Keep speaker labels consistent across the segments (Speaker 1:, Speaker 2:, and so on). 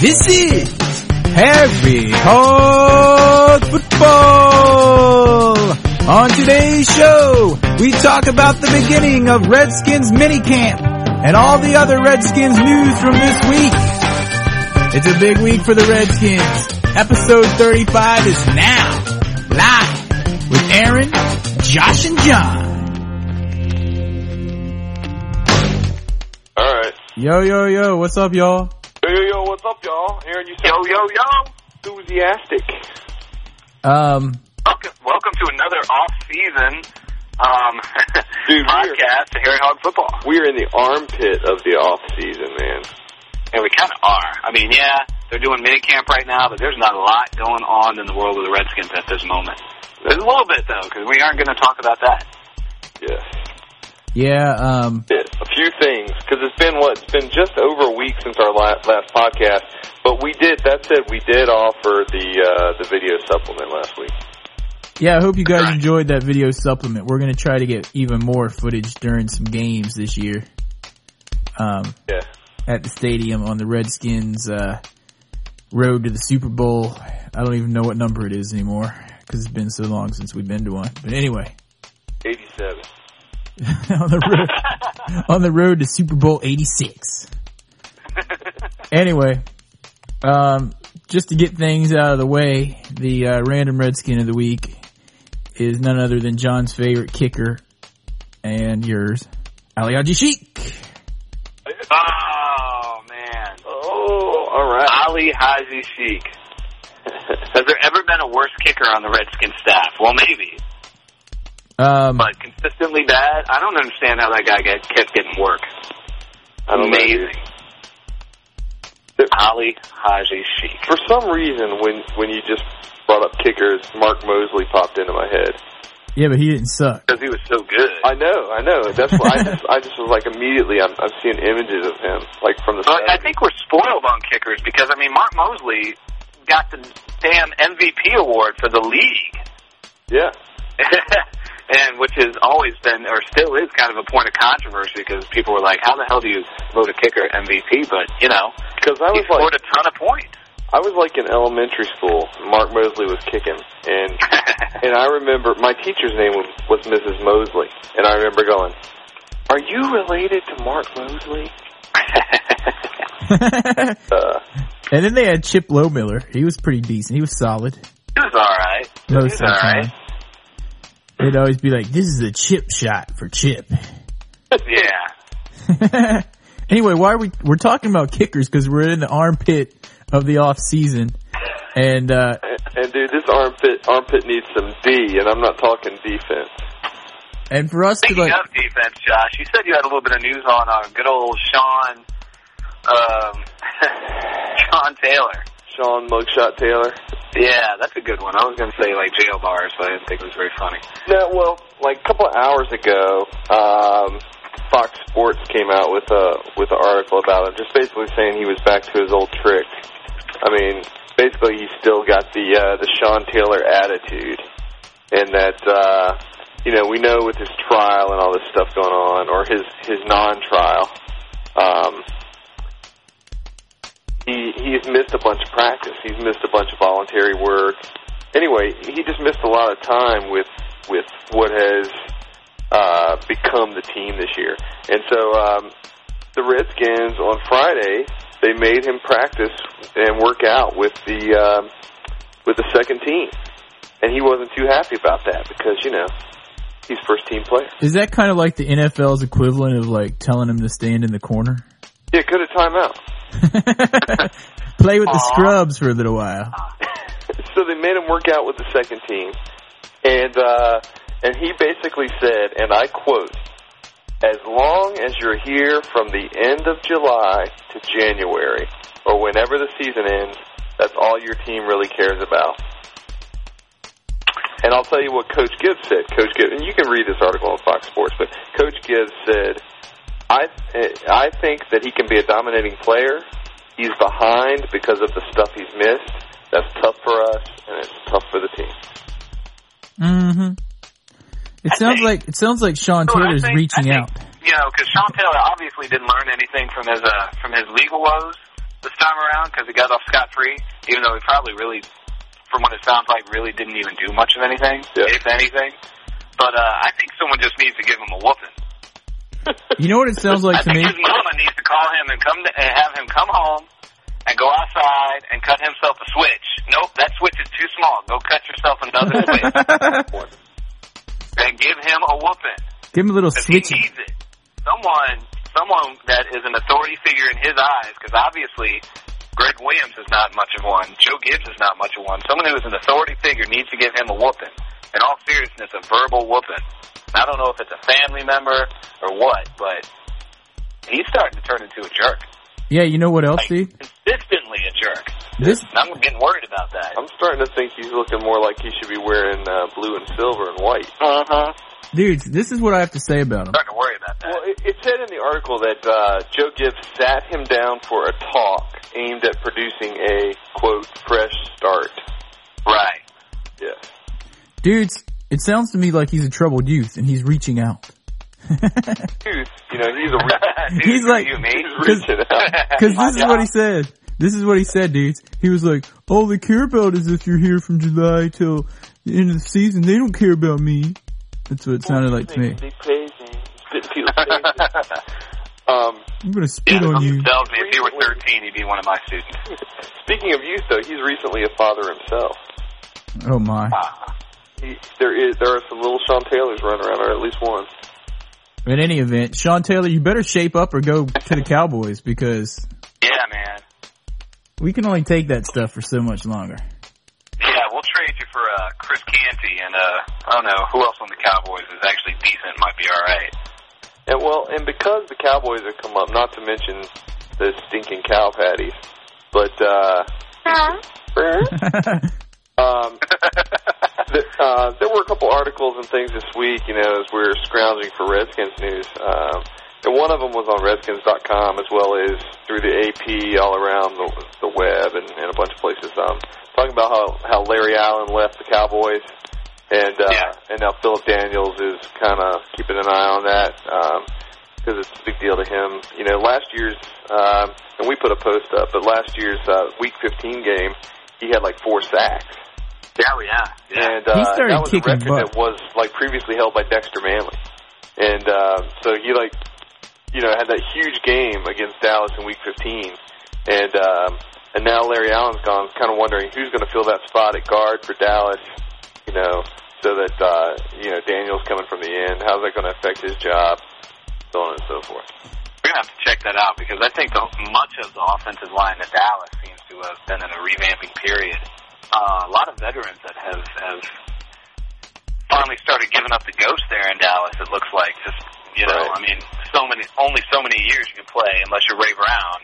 Speaker 1: This is Harry Hog Football. On today's show, we talk about the beginning of Redskins minicamp and all the other Redskins news from this week. It's a big week for the Redskins. Episode 35 is now live with Aaron, Josh, and John.
Speaker 2: All right.
Speaker 1: Yo, yo, yo, what's up, y'all?
Speaker 2: Yo, yo, yo, what's up, y'all? Aaron, you sound yo, yo, yo. enthusiastic.
Speaker 1: Um,
Speaker 3: Welcome, welcome to another off-season um,
Speaker 2: Dude, we're-
Speaker 3: podcast to Harry Hog Football,
Speaker 2: We're in the armpit of the off season, man.
Speaker 3: and we kind of are. I mean, yeah, they're doing minicamp right now, but there's not a lot going on in the world of the Redskins at this moment. There's a little bit though, because we aren't going to talk about that.
Speaker 2: Yes.
Speaker 1: yeah, um,
Speaker 2: Yeah, a few things, because it's been what? It's been just over a week since our last, last podcast, but we did, that said, we did offer the, uh, the video supplement last week.
Speaker 1: Yeah, I hope you guys enjoyed that video supplement. We're gonna try to get even more footage during some games this year. Um,
Speaker 2: Yeah.
Speaker 1: at the stadium on the Redskins, uh, road to the Super Bowl. I don't even know what number it is anymore because it's been so long since we've been to one. But anyway,
Speaker 2: 87.
Speaker 1: on the road, on the road to Super Bowl 86. anyway, um, just to get things out of the way, the uh, random Redskin of the week is none other than John's favorite kicker and yours, Aliaji Sheik.
Speaker 3: Oh man,
Speaker 2: Oh, alright.
Speaker 3: Ali Haji Sheik. Has there ever been a worse kicker on the Redskin staff? Well, maybe,
Speaker 1: Um,
Speaker 3: but consistently bad. I don't understand how that guy get, kept getting work.
Speaker 2: I don't know, dude.
Speaker 3: Amazing.
Speaker 2: There-
Speaker 3: Ali Haji Sheik.
Speaker 2: For some reason, when, when you just brought up kickers, Mark Mosley popped into my head.
Speaker 1: yeah, but he didn't suck.
Speaker 3: Because he was so good.
Speaker 2: I know, I know. That's why I just, I just was like immediately. I'm, I'm seeing images of him, like from the.
Speaker 3: But Uh, I
Speaker 2: 70s.
Speaker 3: think we're spoiled on kickers because I mean Mark Mosley got the damn MVP award for the league,
Speaker 2: Yeah,
Speaker 3: and which has always been or still is kind of a point of controversy because people were like, "How the hell do you vote a kicker MVP?" But you know,
Speaker 2: because I
Speaker 3: he
Speaker 2: was
Speaker 3: scored
Speaker 2: like,
Speaker 3: a ton of points.
Speaker 2: I was like in elementary school. and Mark Mosley was kicking, and and I remember my teacher's name was, was Mrs. Mosley, and I remember going, "Are you related to Mark Mosley?"
Speaker 1: and
Speaker 2: Uh,
Speaker 1: then they had Chip Lowmiller. He was pretty decent. He was solid.
Speaker 3: he was all right.
Speaker 1: Most
Speaker 3: He's
Speaker 1: of the
Speaker 3: all right.
Speaker 1: time. They'd always be like, this is a chip shot for Chip.
Speaker 3: Yeah.
Speaker 1: anyway, why are we we're talking about kickers because we're in the armpit of the off season, and uh,
Speaker 2: and dude, this armpit armpit needs some D, and I'm not talking defense.
Speaker 1: and for us to
Speaker 3: Speaking
Speaker 1: like,
Speaker 3: of defense, Josh, you said you had a little bit of news on uh, good old Sean, um, Sean Taylor.
Speaker 2: Sean Mugshot Taylor.
Speaker 3: Yeah, that's a good one. I was going to say like jail bars, but I didn't think it was very funny.
Speaker 2: No, well, like a couple of hours ago, um, Fox Sports came out with a with an article about him, just basically saying he was back to his old trick. I mean, basically, he's still got the uh, the Sean Taylor attitude, and that uh, you know we know with his trial and all this stuff going on, or his his non-trial, um, he he's missed a bunch of practice. He's missed a bunch of voluntary work. Anyway, he just missed a lot of time with with what has uh, become the team this year. And so um, the Redskins on Friday they made him practice and work out with the um, with the second team, and he wasn't too happy about that because you know he's first team player.
Speaker 1: is that kind of like the NFL's equivalent of like telling him to stand in the corner,
Speaker 2: Yeah, could have timeout.
Speaker 1: play with the scrubs for a little while?
Speaker 2: so they made him work out with the second team, and uh, and he basically said, and I quote, "As long as you're here from the end of July to January, or whenever the season ends, that's all your team really cares about." And I'll tell you what Coach Gibbs said. Coach Gibbs, and you can read this article on Fox Sports, but Coach Gibbs said, "I I think that he can be a dominating player. He's behind because of the stuff he's missed. That's tough for us, and it's tough for the team."
Speaker 1: Mm-hmm. It sounds like it sounds like Sean
Speaker 3: So I
Speaker 1: Taylor's
Speaker 3: think- I
Speaker 1: reaching
Speaker 3: think-
Speaker 1: out.
Speaker 3: you know, because Sean Taylor obviously didn't learn anything from his uh, from his legal woes this time around because he got off scot free, even though he probably really, from what it sounds like, really didn't even do much of anything,
Speaker 2: Yeah.
Speaker 3: if anything. But uh, I think someone just needs to give him a whooping.
Speaker 1: You know what it sounds
Speaker 3: I
Speaker 1: like to
Speaker 3: think
Speaker 1: me?
Speaker 3: his mama needs to call him and come to, and have him come home and go outside and cut himself a switch. Nope, that switch is too small. Go cut yourself another switch and give him a whooping.
Speaker 1: Give him a little
Speaker 3: 'Cause he
Speaker 1: switchy.
Speaker 3: needs it. Someone, someone that is an authority figure in his eyes, because obviously Greg Williams is not much of one. Joe Gibbs is not much of one. Someone who is an authority figure needs to give him a whooping. In all seriousness, a verbal whooping. And I don't know if it's a family member or what, but he's starting to turn into a jerk.
Speaker 1: Yeah, you know what else,
Speaker 3: Like,
Speaker 1: dude?
Speaker 3: consistently a jerk.
Speaker 1: This
Speaker 3: And I'm getting worried about that.
Speaker 2: I'm starting to think he's looking more like he should be wearing uh, blue and silver and white.
Speaker 3: Uh-huh.
Speaker 1: dudes, this is what I have to say about him.
Speaker 3: Starting to worry about that.
Speaker 2: Well, it, it said in the article that uh, Joe Gibbs sat him down for a talk aimed at producing a quote fresh start.
Speaker 3: Right.
Speaker 2: Yeah,
Speaker 1: Dudes, it sounds to me like he's a troubled youth and he's reaching out.
Speaker 2: Dude, you know he's a re-
Speaker 3: Dude,
Speaker 1: He's like-
Speaker 3: you
Speaker 2: he's
Speaker 3: mean?
Speaker 2: reaching out.
Speaker 1: Cause this is what he said. This is what he said, dudes. He was like, all they care about is if you're here from July till the end of the season. They don't care about me. That's what it sounded like to me.
Speaker 2: Be crazy. Spit people's faces. Um,
Speaker 1: I'm gonna
Speaker 3: Yeah,
Speaker 1: spit on you.
Speaker 3: tells me if he were 13, he'd be one of my students.
Speaker 2: speaking of youth, though, he's recently a father himself.
Speaker 1: Oh my.
Speaker 3: Wow.
Speaker 2: He, there is there are some little Sean Taylors running around, or at least one.
Speaker 1: In any event, Sean Taylor, you better shape up or go to the Cowboys because
Speaker 3: Yeah, man.
Speaker 1: we can only take that stuff for so much longer.
Speaker 3: Yeah, we'll trade you for uh, Chris Canty and uh, I don't know who else on the Cowboys is actually decent. Might be all right.
Speaker 2: And well, and because the Cowboys have come up, not to mention the stinking cow patties, but uh, um, the, uh, there were a couple articles and things this week, you know, as we were scrounging for Redskins news. Um, and one of them was on Redskins.com as well as through the AP all around the, the web and, and a bunch of places. Um, talking about how, how Larry Allen left the Cowboys. And uh,
Speaker 3: Yeah.
Speaker 2: and now Philip Daniels is kind of keeping an eye on that because it's a big deal to him. You know, last year's um, and we put a post up, but last year's uh, Week 15 game, he had like four sacks.
Speaker 3: Yeah, we yeah, yeah.
Speaker 2: And uh,
Speaker 1: He started
Speaker 2: that was a
Speaker 1: kicking
Speaker 2: record
Speaker 1: butt.
Speaker 2: that was like previously held by Dexter Manley. And uh, so he like, you know, had that huge game against Dallas in Week 15, and um, and now Larry Allen's gone. Kind of wondering who's going to fill that spot at guard for Dallas. You know, so that uh, you know Daniel's coming from the end. How's that going to affect his job? So on and so forth.
Speaker 3: We're gonna have to check that out because I think the, much of the offensive line at Dallas seems to have been in a revamping period. Uh, a lot of veterans that have have finally started giving up the ghost there in Dallas. It looks like just you know,
Speaker 2: Right.
Speaker 3: I mean, so many only so many years you can play unless you're Ray Brown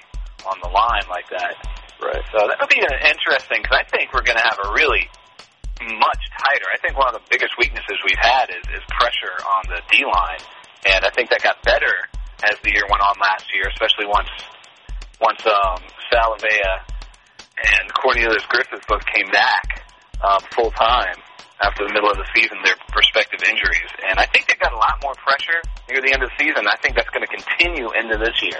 Speaker 3: on the line like that.
Speaker 2: Right.
Speaker 3: So that'll be an interesting because I think we're going to have a really much tighter. I think one of the biggest weaknesses we've had is, is pressure on the D line, and I think that got better as the year went on last year, especially once once um, Salavea and Cornelius Griffith both came back um, full time after the middle of the season, their respective injuries, and I think they got a lot more pressure near the end of the season. I think that's going to continue into this year.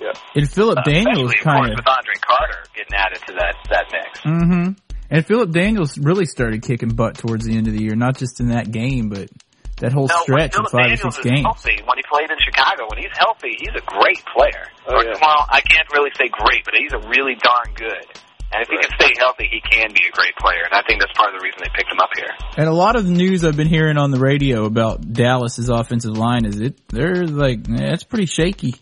Speaker 2: Yeah.
Speaker 1: And Philip
Speaker 3: Uh,
Speaker 1: Daniels kind
Speaker 3: especially, of course,
Speaker 1: of.
Speaker 3: with Andre Carter getting added to that that mix.
Speaker 1: Mm-hmm. And Philip Daniels really started kicking butt towards the end of the year, not just in that game, but that whole
Speaker 3: No,
Speaker 1: stretch of
Speaker 3: when Phillip
Speaker 1: five or
Speaker 3: Daniels
Speaker 1: six
Speaker 3: is
Speaker 1: games.
Speaker 3: Healthy, when he played in Chicago, when he's healthy, he's a great player.
Speaker 2: Oh,
Speaker 3: Or,
Speaker 2: yeah.
Speaker 3: Well, I can't really say great, but he's a really darn good. And if he
Speaker 2: Right.
Speaker 3: can stay healthy, he can be a great player. And I think that's part of the reason they picked him up here.
Speaker 1: And a lot of the news I've been hearing on the radio about Dallas's offensive line is it they're like eh, it's pretty shaky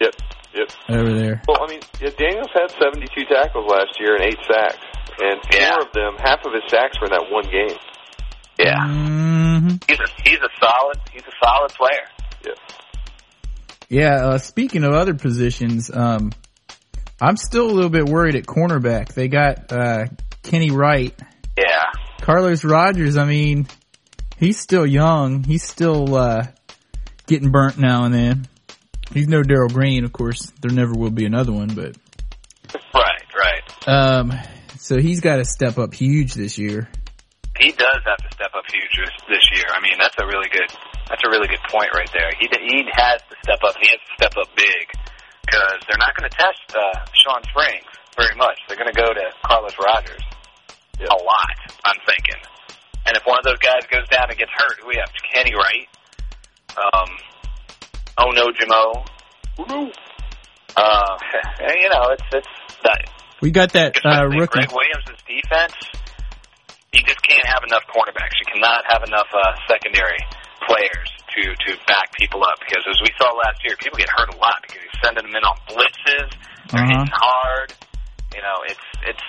Speaker 2: Yep. Yep.
Speaker 1: over there.
Speaker 2: Well, I mean, yeah, Daniels had 72 tackles last year and eight sacks, and four
Speaker 3: Yeah.
Speaker 2: of them, half of his sacks were in that one game.
Speaker 3: Yeah,
Speaker 1: hmm
Speaker 3: he's a he's a solid he's a solid player.
Speaker 1: Yeah. Uh, speaking of other positions, um, I'm still a little bit worried at cornerback. They got uh, Kenny Wright,
Speaker 3: Yeah,
Speaker 1: Carlos Rogers. I mean, he's still young. He's still uh, getting burnt now and then. He's no Daryl Green, of course. There never will be another one, but
Speaker 3: right, right.
Speaker 1: um, so he's got to step up huge this year.
Speaker 3: He does have to step up huge this- this year. I mean, that's a really good That's a really good point right there. He he has to step up. He has to step up big because they're not going to test uh, Sean Springs very much. They're going to go to Carlos Rogers
Speaker 2: Yeah.
Speaker 3: a lot. I'm thinking, and if one of those guys goes down and gets hurt, who we have Kenny Wright, um, Oh No Jamo. Uh, you know, it's it's that
Speaker 1: We got that uh, rookie.
Speaker 3: Greg Williams' defense, you just can't have enough cornerbacks. You cannot have enough uh, secondary players to to back people up because as we saw last year, people get hurt a lot because you're sending them in on blitzes. They're
Speaker 1: Uh-huh.
Speaker 3: hitting hard. You know, it's it's.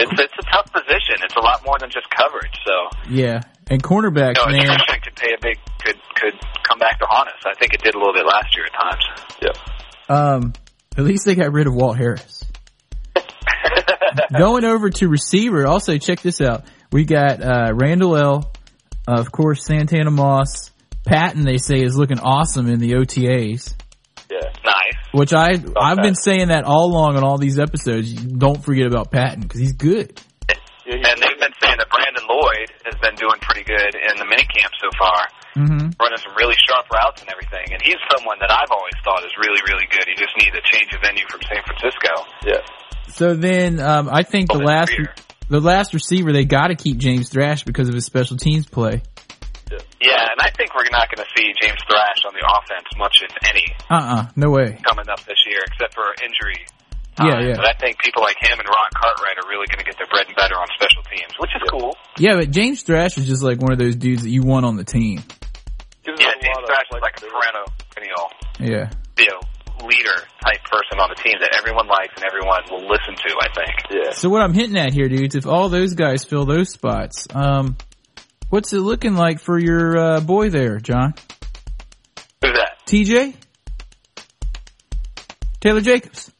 Speaker 3: It's, it's a tough position. It's a lot more than just coverage. So,
Speaker 1: Yeah, and cornerbacks,
Speaker 3: you know,
Speaker 1: man.
Speaker 3: it could pay a big could could come back to haunt us. I think it did a little bit last year at times.
Speaker 2: Yeah.
Speaker 1: Um, at least they got rid of Walt Harris. Going over to receiver, also check this out. We got uh, Randall L, of course, Santana Moss. Patton, they say, is looking awesome in the OTAs,
Speaker 2: Yeah.
Speaker 3: Nice.
Speaker 1: which I I've
Speaker 2: Patton.
Speaker 1: been saying that all along on all these episodes. Don't forget about Patton because he's good.
Speaker 2: Yeah, he-
Speaker 3: And they've been saying that Brandon Lloyd has been doing pretty good in the minicamp so far,
Speaker 1: Mm-hmm.
Speaker 3: running some really sharp routes and everything. And he's someone that I've always thought is really, really good. He just needs a change of venue from San Francisco.
Speaker 2: yeah.
Speaker 1: So then, um, I think the
Speaker 3: Oh, that's
Speaker 1: last
Speaker 3: Greer.
Speaker 1: the last receiver they got to keep James Thrash because of his special teams play.
Speaker 3: Yeah, and I think we're not going to see James Thrash on the offense much, if any,
Speaker 1: Uh uh no way.
Speaker 3: coming up this year, except for injury.
Speaker 1: Yeah,
Speaker 3: time.
Speaker 1: yeah.
Speaker 3: But I think people like him and Ron Cartwright are really going to get their bread and butter on special teams, which is cool.
Speaker 1: Yeah, but James Thrash is just like one of those dudes that you want on the team.
Speaker 2: Gives
Speaker 3: Yeah,
Speaker 2: us a
Speaker 3: James
Speaker 2: lot of
Speaker 3: Thrash is like a
Speaker 2: flexibility.
Speaker 3: perennial, perennial
Speaker 1: Yeah.
Speaker 3: you know, leader type person on the team that everyone likes and everyone will listen to, I think.
Speaker 2: Yeah.
Speaker 1: So what I'm hinting at here, dudes, if all those guys fill those spots, um, what's it looking like for your uh, boy there, John?
Speaker 3: Who's that?
Speaker 1: TJ? Taylor Jacobs.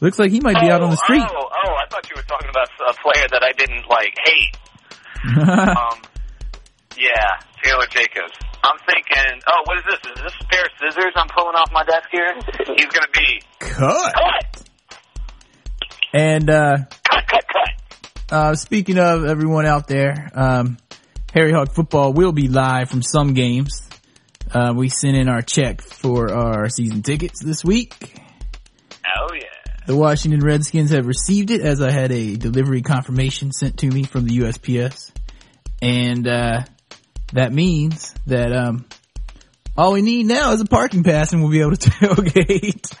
Speaker 1: Looks like he might be out on the street.
Speaker 3: Oh, oh, I thought you were talking about a player that I didn't like hate. Um, yeah, Taylor Jacobs. I'm thinking, oh, what is this? Is this a pair of scissors I'm pulling off my desk here? He's gonna be oh,
Speaker 1: Cut.
Speaker 3: cut,
Speaker 1: And uh,
Speaker 3: cut, cut, cut.
Speaker 1: uh, speaking of everyone out there, um, Harry Hawk Football will be live from some games. Uh, we sent in our check for our season tickets this week.
Speaker 3: Oh yeah.
Speaker 1: The Washington Redskins have received it as I had a delivery confirmation sent to me from the USPS. And, uh, that means that, um, all we need now is a parking pass and we'll be able to tailgate.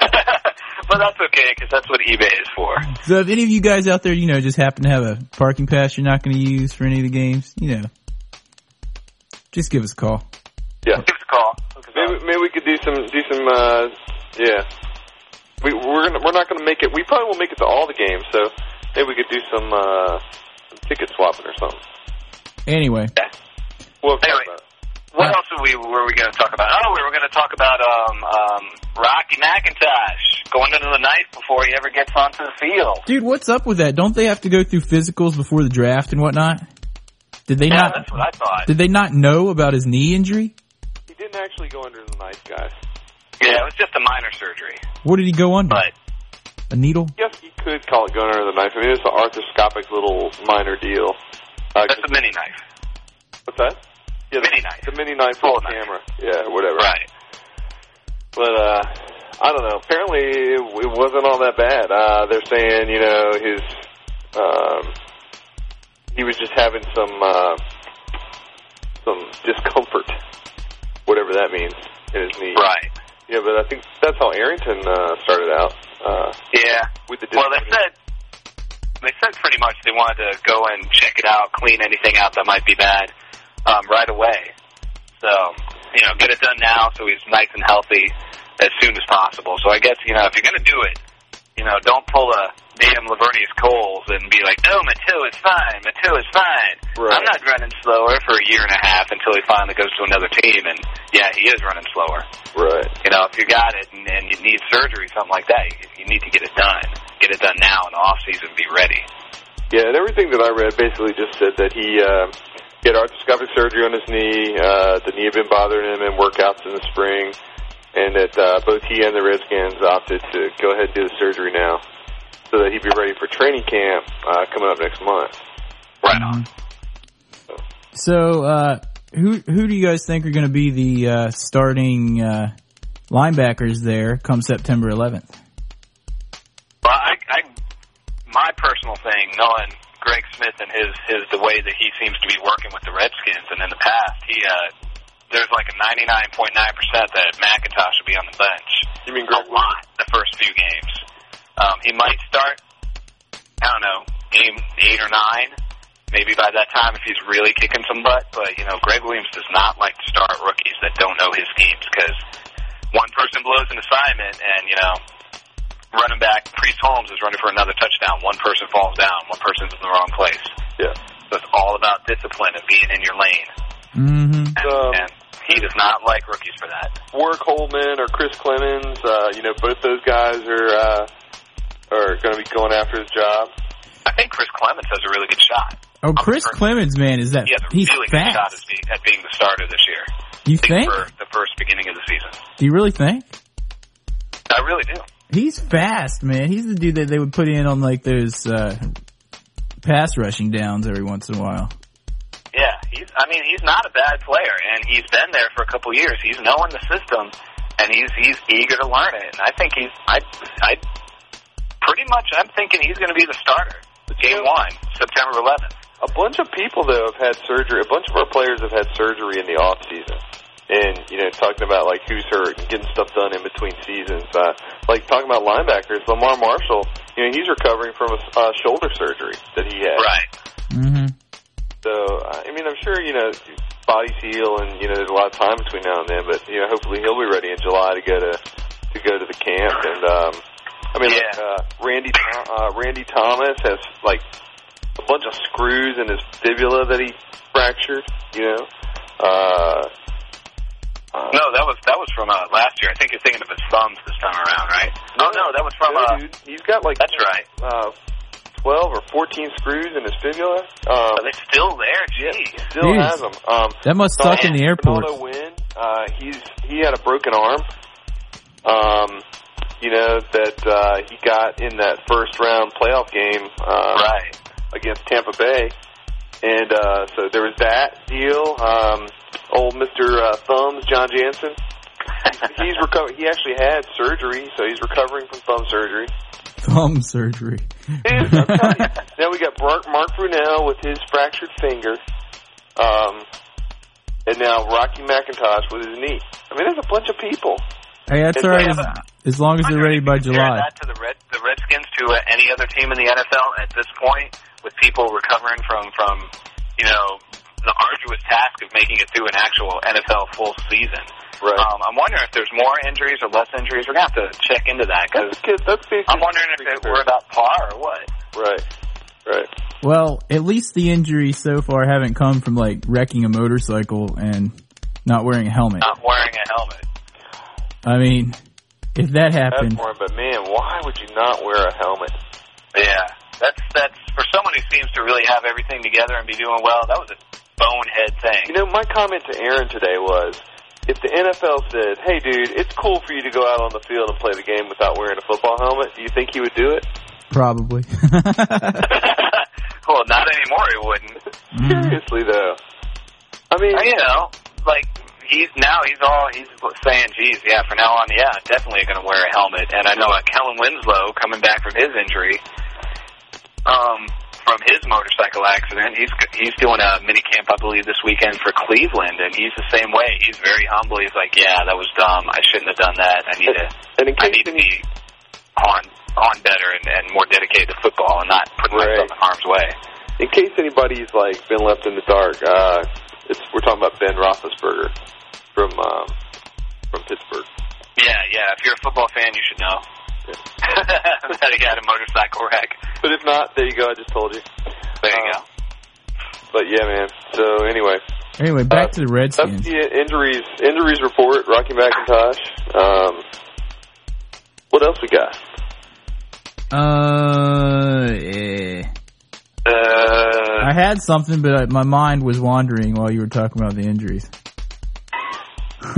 Speaker 3: but that's okay because that's what eBay is for.
Speaker 1: so if any of you guys out there, you know, just happen to have a parking pass you're not going to use for any of the games, you know, just give us a call.
Speaker 2: Yeah.
Speaker 3: Give us a call.
Speaker 2: Maybe, maybe we could do some do some uh, yeah. We we're gonna, we're not gonna make it. We probably won't make it to all the games, so maybe we could do some uh, some ticket swapping or something.
Speaker 1: Anyway,
Speaker 2: Well, talk
Speaker 3: Anyway.
Speaker 2: about it.
Speaker 3: What else are we, were we going to talk about? Oh, we were going to talk about um, um, Rocky McIntosh going into the night before he ever gets onto the field.
Speaker 1: dude, what's up with that? Don't they have to go through physicals before the draft and whatnot? Did they
Speaker 3: Yeah,
Speaker 1: not,
Speaker 3: that's what I thought.
Speaker 1: did they not know about his knee injury?
Speaker 2: he didn't actually go under the knife, guys.
Speaker 3: Yeah, it was just a minor surgery,
Speaker 1: What did he go under?
Speaker 3: but
Speaker 1: A needle?
Speaker 2: Yes, you could call it going under the knife. I mean, it's an arthroscopic little minor deal. Uh,
Speaker 3: that's
Speaker 2: 'cause-
Speaker 3: a mini knife.
Speaker 2: what's that? Yeah,
Speaker 3: Mini
Speaker 2: the,
Speaker 3: knife.
Speaker 2: The mini knife
Speaker 3: Full
Speaker 2: for the
Speaker 3: knife.
Speaker 2: camera. Yeah, whatever.
Speaker 3: Right.
Speaker 2: But uh, I don't know. Apparently, it it wasn't all that bad. Uh, they're saying, you know, his um, he was just having some uh, some discomfort, whatever that means, in his knee.
Speaker 3: Right.
Speaker 2: Yeah, but I think that's how Arrington uh, started out uh,
Speaker 3: Yeah.
Speaker 2: with the.
Speaker 3: Well, they
Speaker 2: discomfort.
Speaker 3: said they said pretty much they wanted to go and check it out, clean anything out that might be bad um, right away. So you know, get it done now so he's nice and healthy as soon as possible. So I guess you know if you're going to do it, you know, don't pull a damn Lavernius Coles and be like, "Oh, Mateo is fine. Mateo is fine."
Speaker 2: Right.
Speaker 3: I'm not running slower for a year and a half until he finally goes to another team, and yeah, he is running slower.
Speaker 2: right.
Speaker 3: You know, if you got it and, and you need surgery, something like that, you, you need to get it done. Get it done now in the off season. Be ready.
Speaker 2: Yeah, and everything that I read basically just said that he uh, he had arthroscopic surgery on his knee. Uh, the knee had been bothering him in workouts in the spring, and that uh, both he and the Redskins opted to go ahead and do the surgery now, so that he'd be ready for training camp uh, coming up next month.
Speaker 3: Right on.
Speaker 1: So, uh, who who do you guys think are going to be the uh, starting uh, linebackers there come September 11th?
Speaker 3: Well, I, I, my personal thing, knowing Greg Smith and his his the way that he seems to be working with the Redskins, and in the past, he uh, there's like a 99.9 percent that McIntosh will be on the bench.
Speaker 2: You mean
Speaker 3: A
Speaker 2: Greg?
Speaker 3: lot the first few games. Um, he might start. I don't know, game eight or nine. Maybe by that time, if he's really kicking some butt. But you know, Greg Williams does not like to start rookies that don't know his schemes because one person blows an assignment, and you know, running back Priest Holmes is running for another touchdown. One person falls down. One person's in the wrong place.
Speaker 2: Yeah.
Speaker 3: So it's all about discipline and being in your lane.
Speaker 1: Mm-hmm.
Speaker 2: Um,
Speaker 3: and he does not like rookies for that.
Speaker 2: Warwick Coleman or Chris Clemens, uh, you know, both those guys are uh, are going to be going after his job.
Speaker 3: I think Chris Clemens has a really good shot.
Speaker 1: Oh, Chris Clemens, man, is that
Speaker 3: He has a
Speaker 1: he's
Speaker 3: really good shot at
Speaker 1: fast?
Speaker 3: being, at being the starter this year.
Speaker 1: You
Speaker 3: At least
Speaker 1: think?
Speaker 3: For the first beginning of the season.
Speaker 1: Do you really think?
Speaker 3: I really do.
Speaker 1: He's fast, man. He's the dude that they would put in on like those uh, pass rushing downs every once in a while.
Speaker 3: Yeah, he's. I mean, he's not a bad player, and he's been there for a couple years. He's knowing the system, and he's he's eager to learn it. And I think he's. I I pretty much. I'm thinking he's going to be the starter. Game one, September 11th.
Speaker 2: A bunch of people though have had surgery. A bunch of our players have had surgery in the off season, and you know, talking about like who's hurt and getting stuff done in between seasons. Uh, like talking about linebackers, Lamar Marshall, you know, he's recovering from a s- uh, shoulder surgery that he had.
Speaker 3: Right.
Speaker 1: Mm-hmm.
Speaker 2: So uh, I I mean, I'm sure you know bodies heal, and you know there's a lot of time between now and then. But you know, hopefully he'll be ready in July to go to to go to the camp. And um, I mean, like,
Speaker 3: Yeah.
Speaker 2: uh, Randy Tho- uh, Randy Thomas has like a bunch of screws in his fibula that he fractured. You know, uh, uh,
Speaker 3: No, that was that was from uh, last year. I think you're thinking of his thumbs this time around, right? Oh no, that was from.
Speaker 2: no,
Speaker 3: Uh,
Speaker 2: dude, he's got like
Speaker 3: that's right.
Speaker 2: uh, twelve or fourteen screws in his fibula. Um,
Speaker 3: Are they still there? Oh, Gee.
Speaker 2: still
Speaker 1: Jeez.
Speaker 2: has them. Um,
Speaker 1: That must
Speaker 2: Well,
Speaker 1: suck in the
Speaker 2: yeah,
Speaker 1: airport.
Speaker 2: Ronaldo Wynn, uh, he's he had a broken arm. Um, you know that uh, he got in that first round playoff game uh,
Speaker 3: Right.
Speaker 2: against Tampa Bay, and uh, so there was that deal. Um, old Mister uh, Thumbs, John Jansen, he's recover. He actually had surgery, so he's recovering from thumb surgery.
Speaker 1: Thumb surgery.
Speaker 2: Dude, I'm telling you. Now we got Mark, Mark Brunell with his fractured finger, um, and now Rocky McIntosh with his knee. I mean, there's a bunch of people.
Speaker 1: Hey, that's
Speaker 2: If
Speaker 1: all
Speaker 2: they
Speaker 1: right.
Speaker 2: have
Speaker 1: As, as long as they're ready by
Speaker 3: Compare
Speaker 1: July.
Speaker 3: That to the Red, the Redskins to uh, any other team in the NFL at this point, with people recovering from from you know the arduous task of making it through an actual NFL full season.
Speaker 2: Right.
Speaker 3: Um, I'm wondering if there's more injuries or less injuries. We're gonna have to check into that because
Speaker 2: That's good. That's big.
Speaker 3: I'm wondering if it, we're about par or what.
Speaker 2: right, right.
Speaker 1: Well, at least the injuries so far haven't come from like wrecking a motorcycle and not wearing a helmet.
Speaker 3: Not wearing a helmet.
Speaker 1: I mean, if that
Speaker 2: That's
Speaker 1: happened,
Speaker 2: more. But man, why would you not wear a helmet?
Speaker 3: Yeah, that's that's for someone who seems to really have everything together and be doing well. That was a bonehead
Speaker 2: You
Speaker 3: thing.
Speaker 2: know, my comment to Aaron today was. If the NFL said, "Hey, dude, it's cool for you to go out on the field and play the game without wearing a football helmet," do you think he would do it?
Speaker 1: probably. Mm-hmm.
Speaker 3: well, not anymore. He wouldn't.
Speaker 2: Seriously, though. I mean,
Speaker 3: you know, like he's now he's all he's saying, "Geez, yeah, from now on, yeah, definitely going to wear a helmet." And I know uh, Kellen Winslow coming back from his injury, um, from his motorcycle accident, he's he's doing a mini camp, I believe, this weekend for Cleveland, and he's the same way. He's very humble. He's like, "Yeah, that was dumb. I shouldn't have done that. I need to,
Speaker 2: and in
Speaker 3: I
Speaker 2: case
Speaker 3: need to
Speaker 2: any,
Speaker 3: be on on better and, and more dedicated to football and not put
Speaker 2: Right.
Speaker 3: myself in harm's way."
Speaker 2: In case anybody's like been left in the dark, uh, it's we're talking about Ben Roethlisberger from um, from Pittsburgh.
Speaker 3: Yeah, yeah. If you're a football fan, you should know that he had a motorcycle wreck.
Speaker 2: But if not, there you go. I just told you.
Speaker 3: There you
Speaker 2: Uh, But yeah, man. So anyway,
Speaker 1: anyway,
Speaker 3: Uh,
Speaker 1: back to the
Speaker 2: that's
Speaker 1: Redskins.
Speaker 2: the injuries injuries report. Rocky McIntosh. Um, what else we got?
Speaker 1: Uh, eh.
Speaker 3: go. Uh,
Speaker 1: I had something, but I, my mind was wandering while you were talking about the injuries.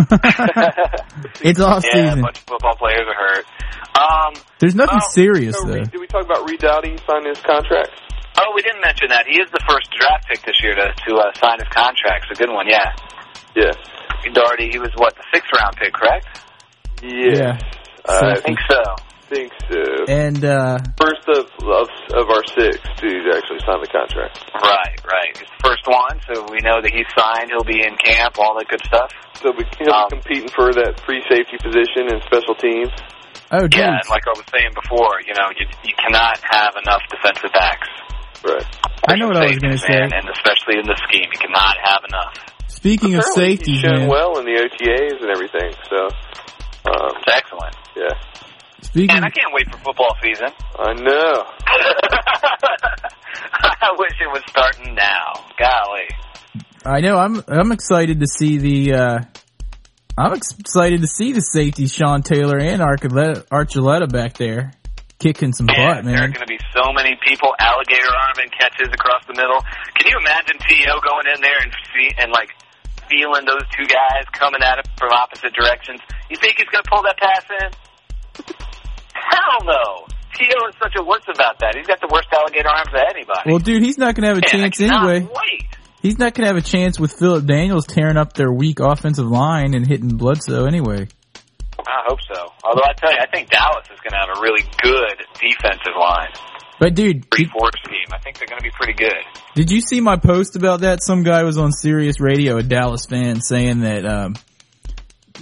Speaker 1: it's off
Speaker 3: yeah, a
Speaker 1: season.
Speaker 3: bunch of football players are hurt. Um,
Speaker 1: There's nothing
Speaker 3: Oh,
Speaker 1: serious
Speaker 2: So,
Speaker 1: though.
Speaker 2: Reed- did we talk about Reed Dowdy signing his contract?
Speaker 3: Oh, we didn't mention that. He is the first draft pick this year to, to uh, sign his contract. It's a good one, yeah.
Speaker 2: Yeah.
Speaker 3: Doherty, he was, what, the sixth round pick, correct?
Speaker 2: Yeah.
Speaker 3: I
Speaker 2: I
Speaker 1: So-
Speaker 3: think so.
Speaker 2: think so.
Speaker 1: And uh,
Speaker 2: First of, of of our six to actually sign the contract.
Speaker 3: Right, right. He's the first one, so we know that he's signed. He'll be in camp, all that good stuff.
Speaker 2: So we, he'll
Speaker 3: Um,
Speaker 2: be competing for that free safety position and special teams.
Speaker 1: oh, geez.
Speaker 3: Yeah, and like I was saying before, you know, you, you cannot have enough defensive backs.
Speaker 2: Right.
Speaker 1: I know what I was going to say.
Speaker 3: Safeties, man, And especially in this scheme, you cannot have enough.
Speaker 1: Speaking of
Speaker 2: Apparently
Speaker 1: safeties,
Speaker 2: he's shown
Speaker 1: man.
Speaker 2: well in the OTAs and everything. So, um,
Speaker 3: It's excellent.
Speaker 2: yeah,
Speaker 1: Speaking,
Speaker 3: And I can't wait for football season.
Speaker 2: I know.
Speaker 3: I wish it was starting now. Golly.
Speaker 1: I know. I'm I'm excited to see the. Uh, I'm ex- excited to see the safety Sean Taylor and Archuleta, Archuleta back there kicking some butt,
Speaker 3: there are
Speaker 1: man.
Speaker 3: going to be so many people alligator arm and catches across the middle. Can you imagine T.O. going in there and see and like feeling those two guys coming at him from opposite directions? You think he's going to pull that pass in? Hell no. T.O. is such a wuss about that. He's got the worst alligator arms of anybody.
Speaker 1: Well, dude, he's not going to have a
Speaker 3: Man, I
Speaker 1: chance
Speaker 3: cannot
Speaker 1: anyway.
Speaker 3: Wait.
Speaker 1: He's not going to have a chance with Philip Daniels tearing up their weak offensive line and hitting Bledsoe anyway.
Speaker 3: I hope so. Although I tell you, I think Dallas is going to have a really good defensive line,
Speaker 1: But dude,
Speaker 3: three
Speaker 1: did,
Speaker 3: four scheme. I think they're going to be pretty good.
Speaker 1: did you see my post about that? Some guy was on Sirius Radio, a Dallas fan, saying that um,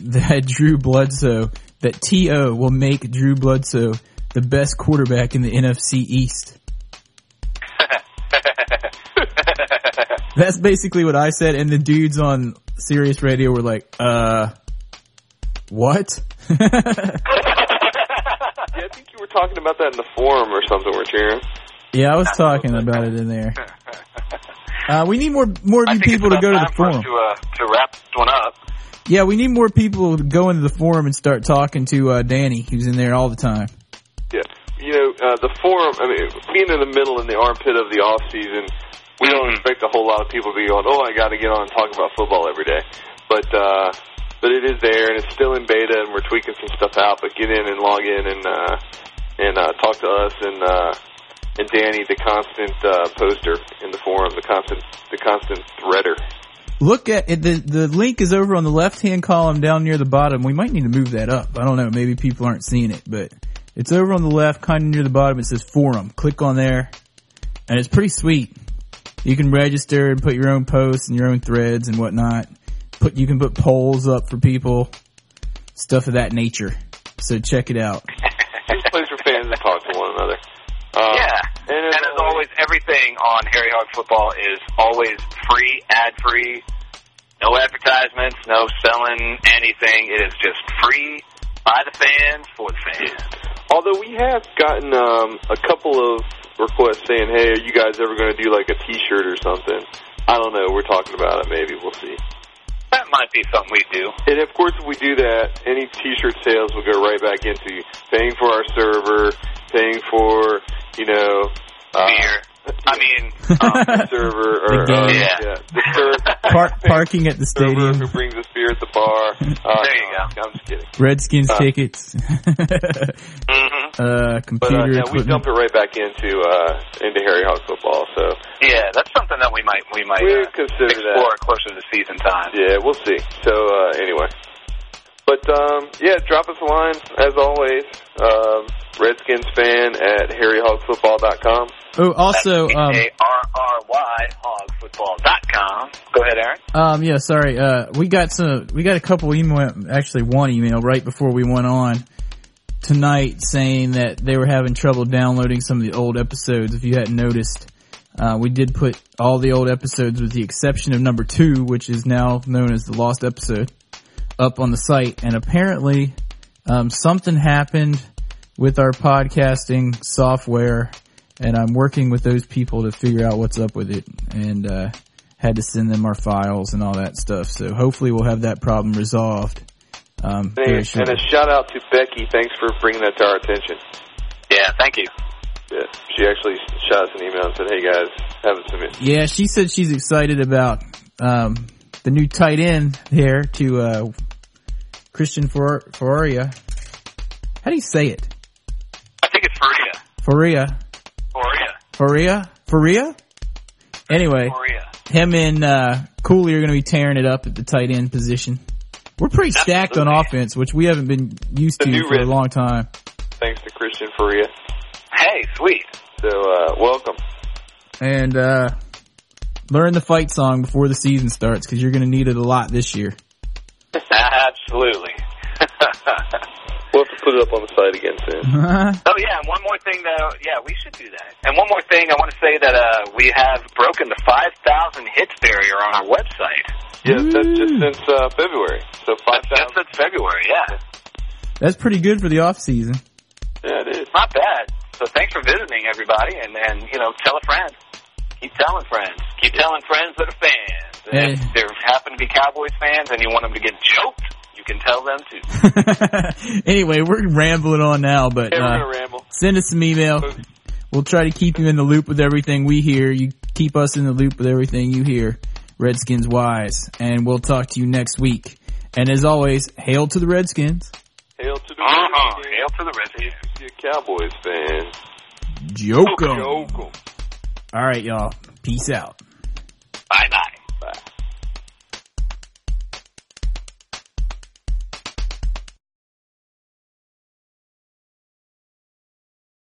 Speaker 1: that Drew Bledsoe, that To will make Drew Bledsoe the best quarterback in the NFC East. That's basically what I said, and the dudes on Sirius Radio were like, "Uh, what?"
Speaker 2: Yeah, I think you were talking about that in the forum or something. We're cheering.
Speaker 1: yeah, I was talking about it in there. Uh, we need more more of
Speaker 3: I
Speaker 1: you
Speaker 3: think
Speaker 1: people to
Speaker 3: it's
Speaker 1: go to the
Speaker 3: about
Speaker 1: forum.
Speaker 3: time for us to, uh, to wrap this one up.
Speaker 1: Yeah, we need more people to go into the forum and start talking to uh, Danny, who's in there all the time.
Speaker 2: Yeah, you know uh, the forum. I mean, being in the middle in the armpit of the off season, we don't
Speaker 3: Mm-hmm.
Speaker 2: expect a whole lot of people to be going. Oh, I got to get on and talk about football every day. But uh, but it is there, and it's still in beta, and we're tweaking some stuff out. But get in and log in and uh, and uh, talk to us and uh, and Danny, the constant uh, poster in the forum, the constant the constant threader.
Speaker 1: Look at it, the the link is over on the left hand column down near the bottom. We might need to move that up. I don't know. Maybe people aren't seeing it, but it's over on the left, kind of near the bottom. It says forum. Click on there, and it's pretty sweet. You can register and put your own posts and your own threads and whatnot. Put you can put polls up for people, stuff of that nature. So check it out.
Speaker 2: It's a place for fans to talk to one another. Uh,
Speaker 3: yeah.
Speaker 2: and as
Speaker 3: And as always, everything on Harry Hog Football is always free, ad free. No advertisements, no selling anything. It is just free by the fans for the fans.
Speaker 2: Although we have gotten um, a couple of requests saying, "Hey, are you guys ever going to do like a T-shirt or something?" I don't know. We're talking about it. Maybe we'll see.
Speaker 3: That might be something we do.
Speaker 2: And of course, if we do that, any T-shirt sales will go right back into paying for our server, paying for you know uh,
Speaker 3: Beer. I mean, um,
Speaker 2: the server or
Speaker 1: The
Speaker 2: uh,
Speaker 1: game.
Speaker 2: yeah. the ser-
Speaker 1: Park, parking at the
Speaker 2: server who
Speaker 1: stadium,
Speaker 2: brings us beer at the bar. Uh,
Speaker 3: There you
Speaker 2: no, I'm just kidding.
Speaker 1: Redskins
Speaker 2: Uh,
Speaker 1: tickets,
Speaker 3: mhm.
Speaker 1: uh,
Speaker 2: But
Speaker 1: computer
Speaker 2: uh, yeah, we
Speaker 1: equipment.
Speaker 2: dump it right back into uh, into Harry Hog football. So
Speaker 3: yeah, that's something that we might we might
Speaker 2: we
Speaker 3: uh,
Speaker 2: consider that.
Speaker 3: explore closer to season time.
Speaker 2: Yeah, we'll see. So uh, anyway, but um, yeah, drop us a line as always. Um, Redskins fan at harryhogfootball.com.
Speaker 1: Oh, also, um,
Speaker 3: H-A-R-R-Y, hogfootball.com. Go ahead, Aaron.
Speaker 1: Um, yeah, sorry. Uh, we got some, we got a couple email, actually one email right before we went on tonight saying that they were having trouble downloading some of the old episodes. If you hadn't noticed, uh, we did put all the old episodes with the exception of number two, which is now known as the lost episode up on the site. And apparently, um, something happened with our podcasting software and I'm working with those people to figure out what's up with it and, uh, had to send them our files and all that stuff. So hopefully we'll have that problem resolved. Um,
Speaker 2: And
Speaker 1: very
Speaker 2: a,
Speaker 1: shortly.
Speaker 2: and a shout out to Becky. Thanks for bringing that to our attention.
Speaker 3: Yeah, thank you.
Speaker 2: Yeah, she actually shot us an email and said, "Hey guys, having some issues."
Speaker 1: Yeah, she said she's excited about um, the new tight end there to uh, Christian Fer- Ferreira. How do you say it?
Speaker 3: I think it's Faria.
Speaker 1: Faria.
Speaker 3: Faria.
Speaker 1: Faria? Faria? Anyway,
Speaker 3: Korea.
Speaker 1: him and uh, Cooley are going to be tearing it up at the tight end position. We're pretty stacked on
Speaker 3: Absolutely.
Speaker 1: offense, which we haven't been used
Speaker 2: The
Speaker 1: to
Speaker 2: new
Speaker 1: for
Speaker 2: rhythm.
Speaker 1: a long time.
Speaker 2: Thanks to Christian Faria.
Speaker 3: Hey, sweet.
Speaker 2: So uh, welcome.
Speaker 1: And uh, learn the fight song before the season starts because you're going to need it a lot this year.
Speaker 3: Absolutely.
Speaker 2: We'll have to put it up on the site again soon.
Speaker 3: oh yeah, and one more thing though. Yeah, we should do that. And one more thing, I want to say that uh, we have broken the 5,000 hits barrier on our website.
Speaker 2: Yes, that's just
Speaker 1: Woo.
Speaker 2: since uh, February. So five
Speaker 3: That's, that's,
Speaker 2: thousand.
Speaker 3: that's February. Yeah,
Speaker 1: That's pretty good for the off season.
Speaker 2: Yeah, it is.
Speaker 3: not bad. So thanks for visiting, everybody, and and you know, tell a friend. Keep telling friends. Keep telling friends that are fans.
Speaker 1: Hey.
Speaker 3: And If there happen to be Cowboys fans and you want them to get joked, you can tell them to.
Speaker 1: anyway, we're rambling on now, but
Speaker 2: Hey, we're
Speaker 1: uh,
Speaker 2: gonna ramble.
Speaker 1: send us some email. We'll try to keep you in the loop with everything we hear. You keep us in the loop with everything you hear, Redskins wise. And we'll talk to you next week. And as always, hail to the Redskins.
Speaker 2: Hail to the
Speaker 3: Uh-huh.
Speaker 2: Redskins.
Speaker 3: Hail to the Redskins.
Speaker 2: If you're a Cowboys fan.
Speaker 1: Joko.
Speaker 2: Jokel.
Speaker 1: All right, y'all. Peace out.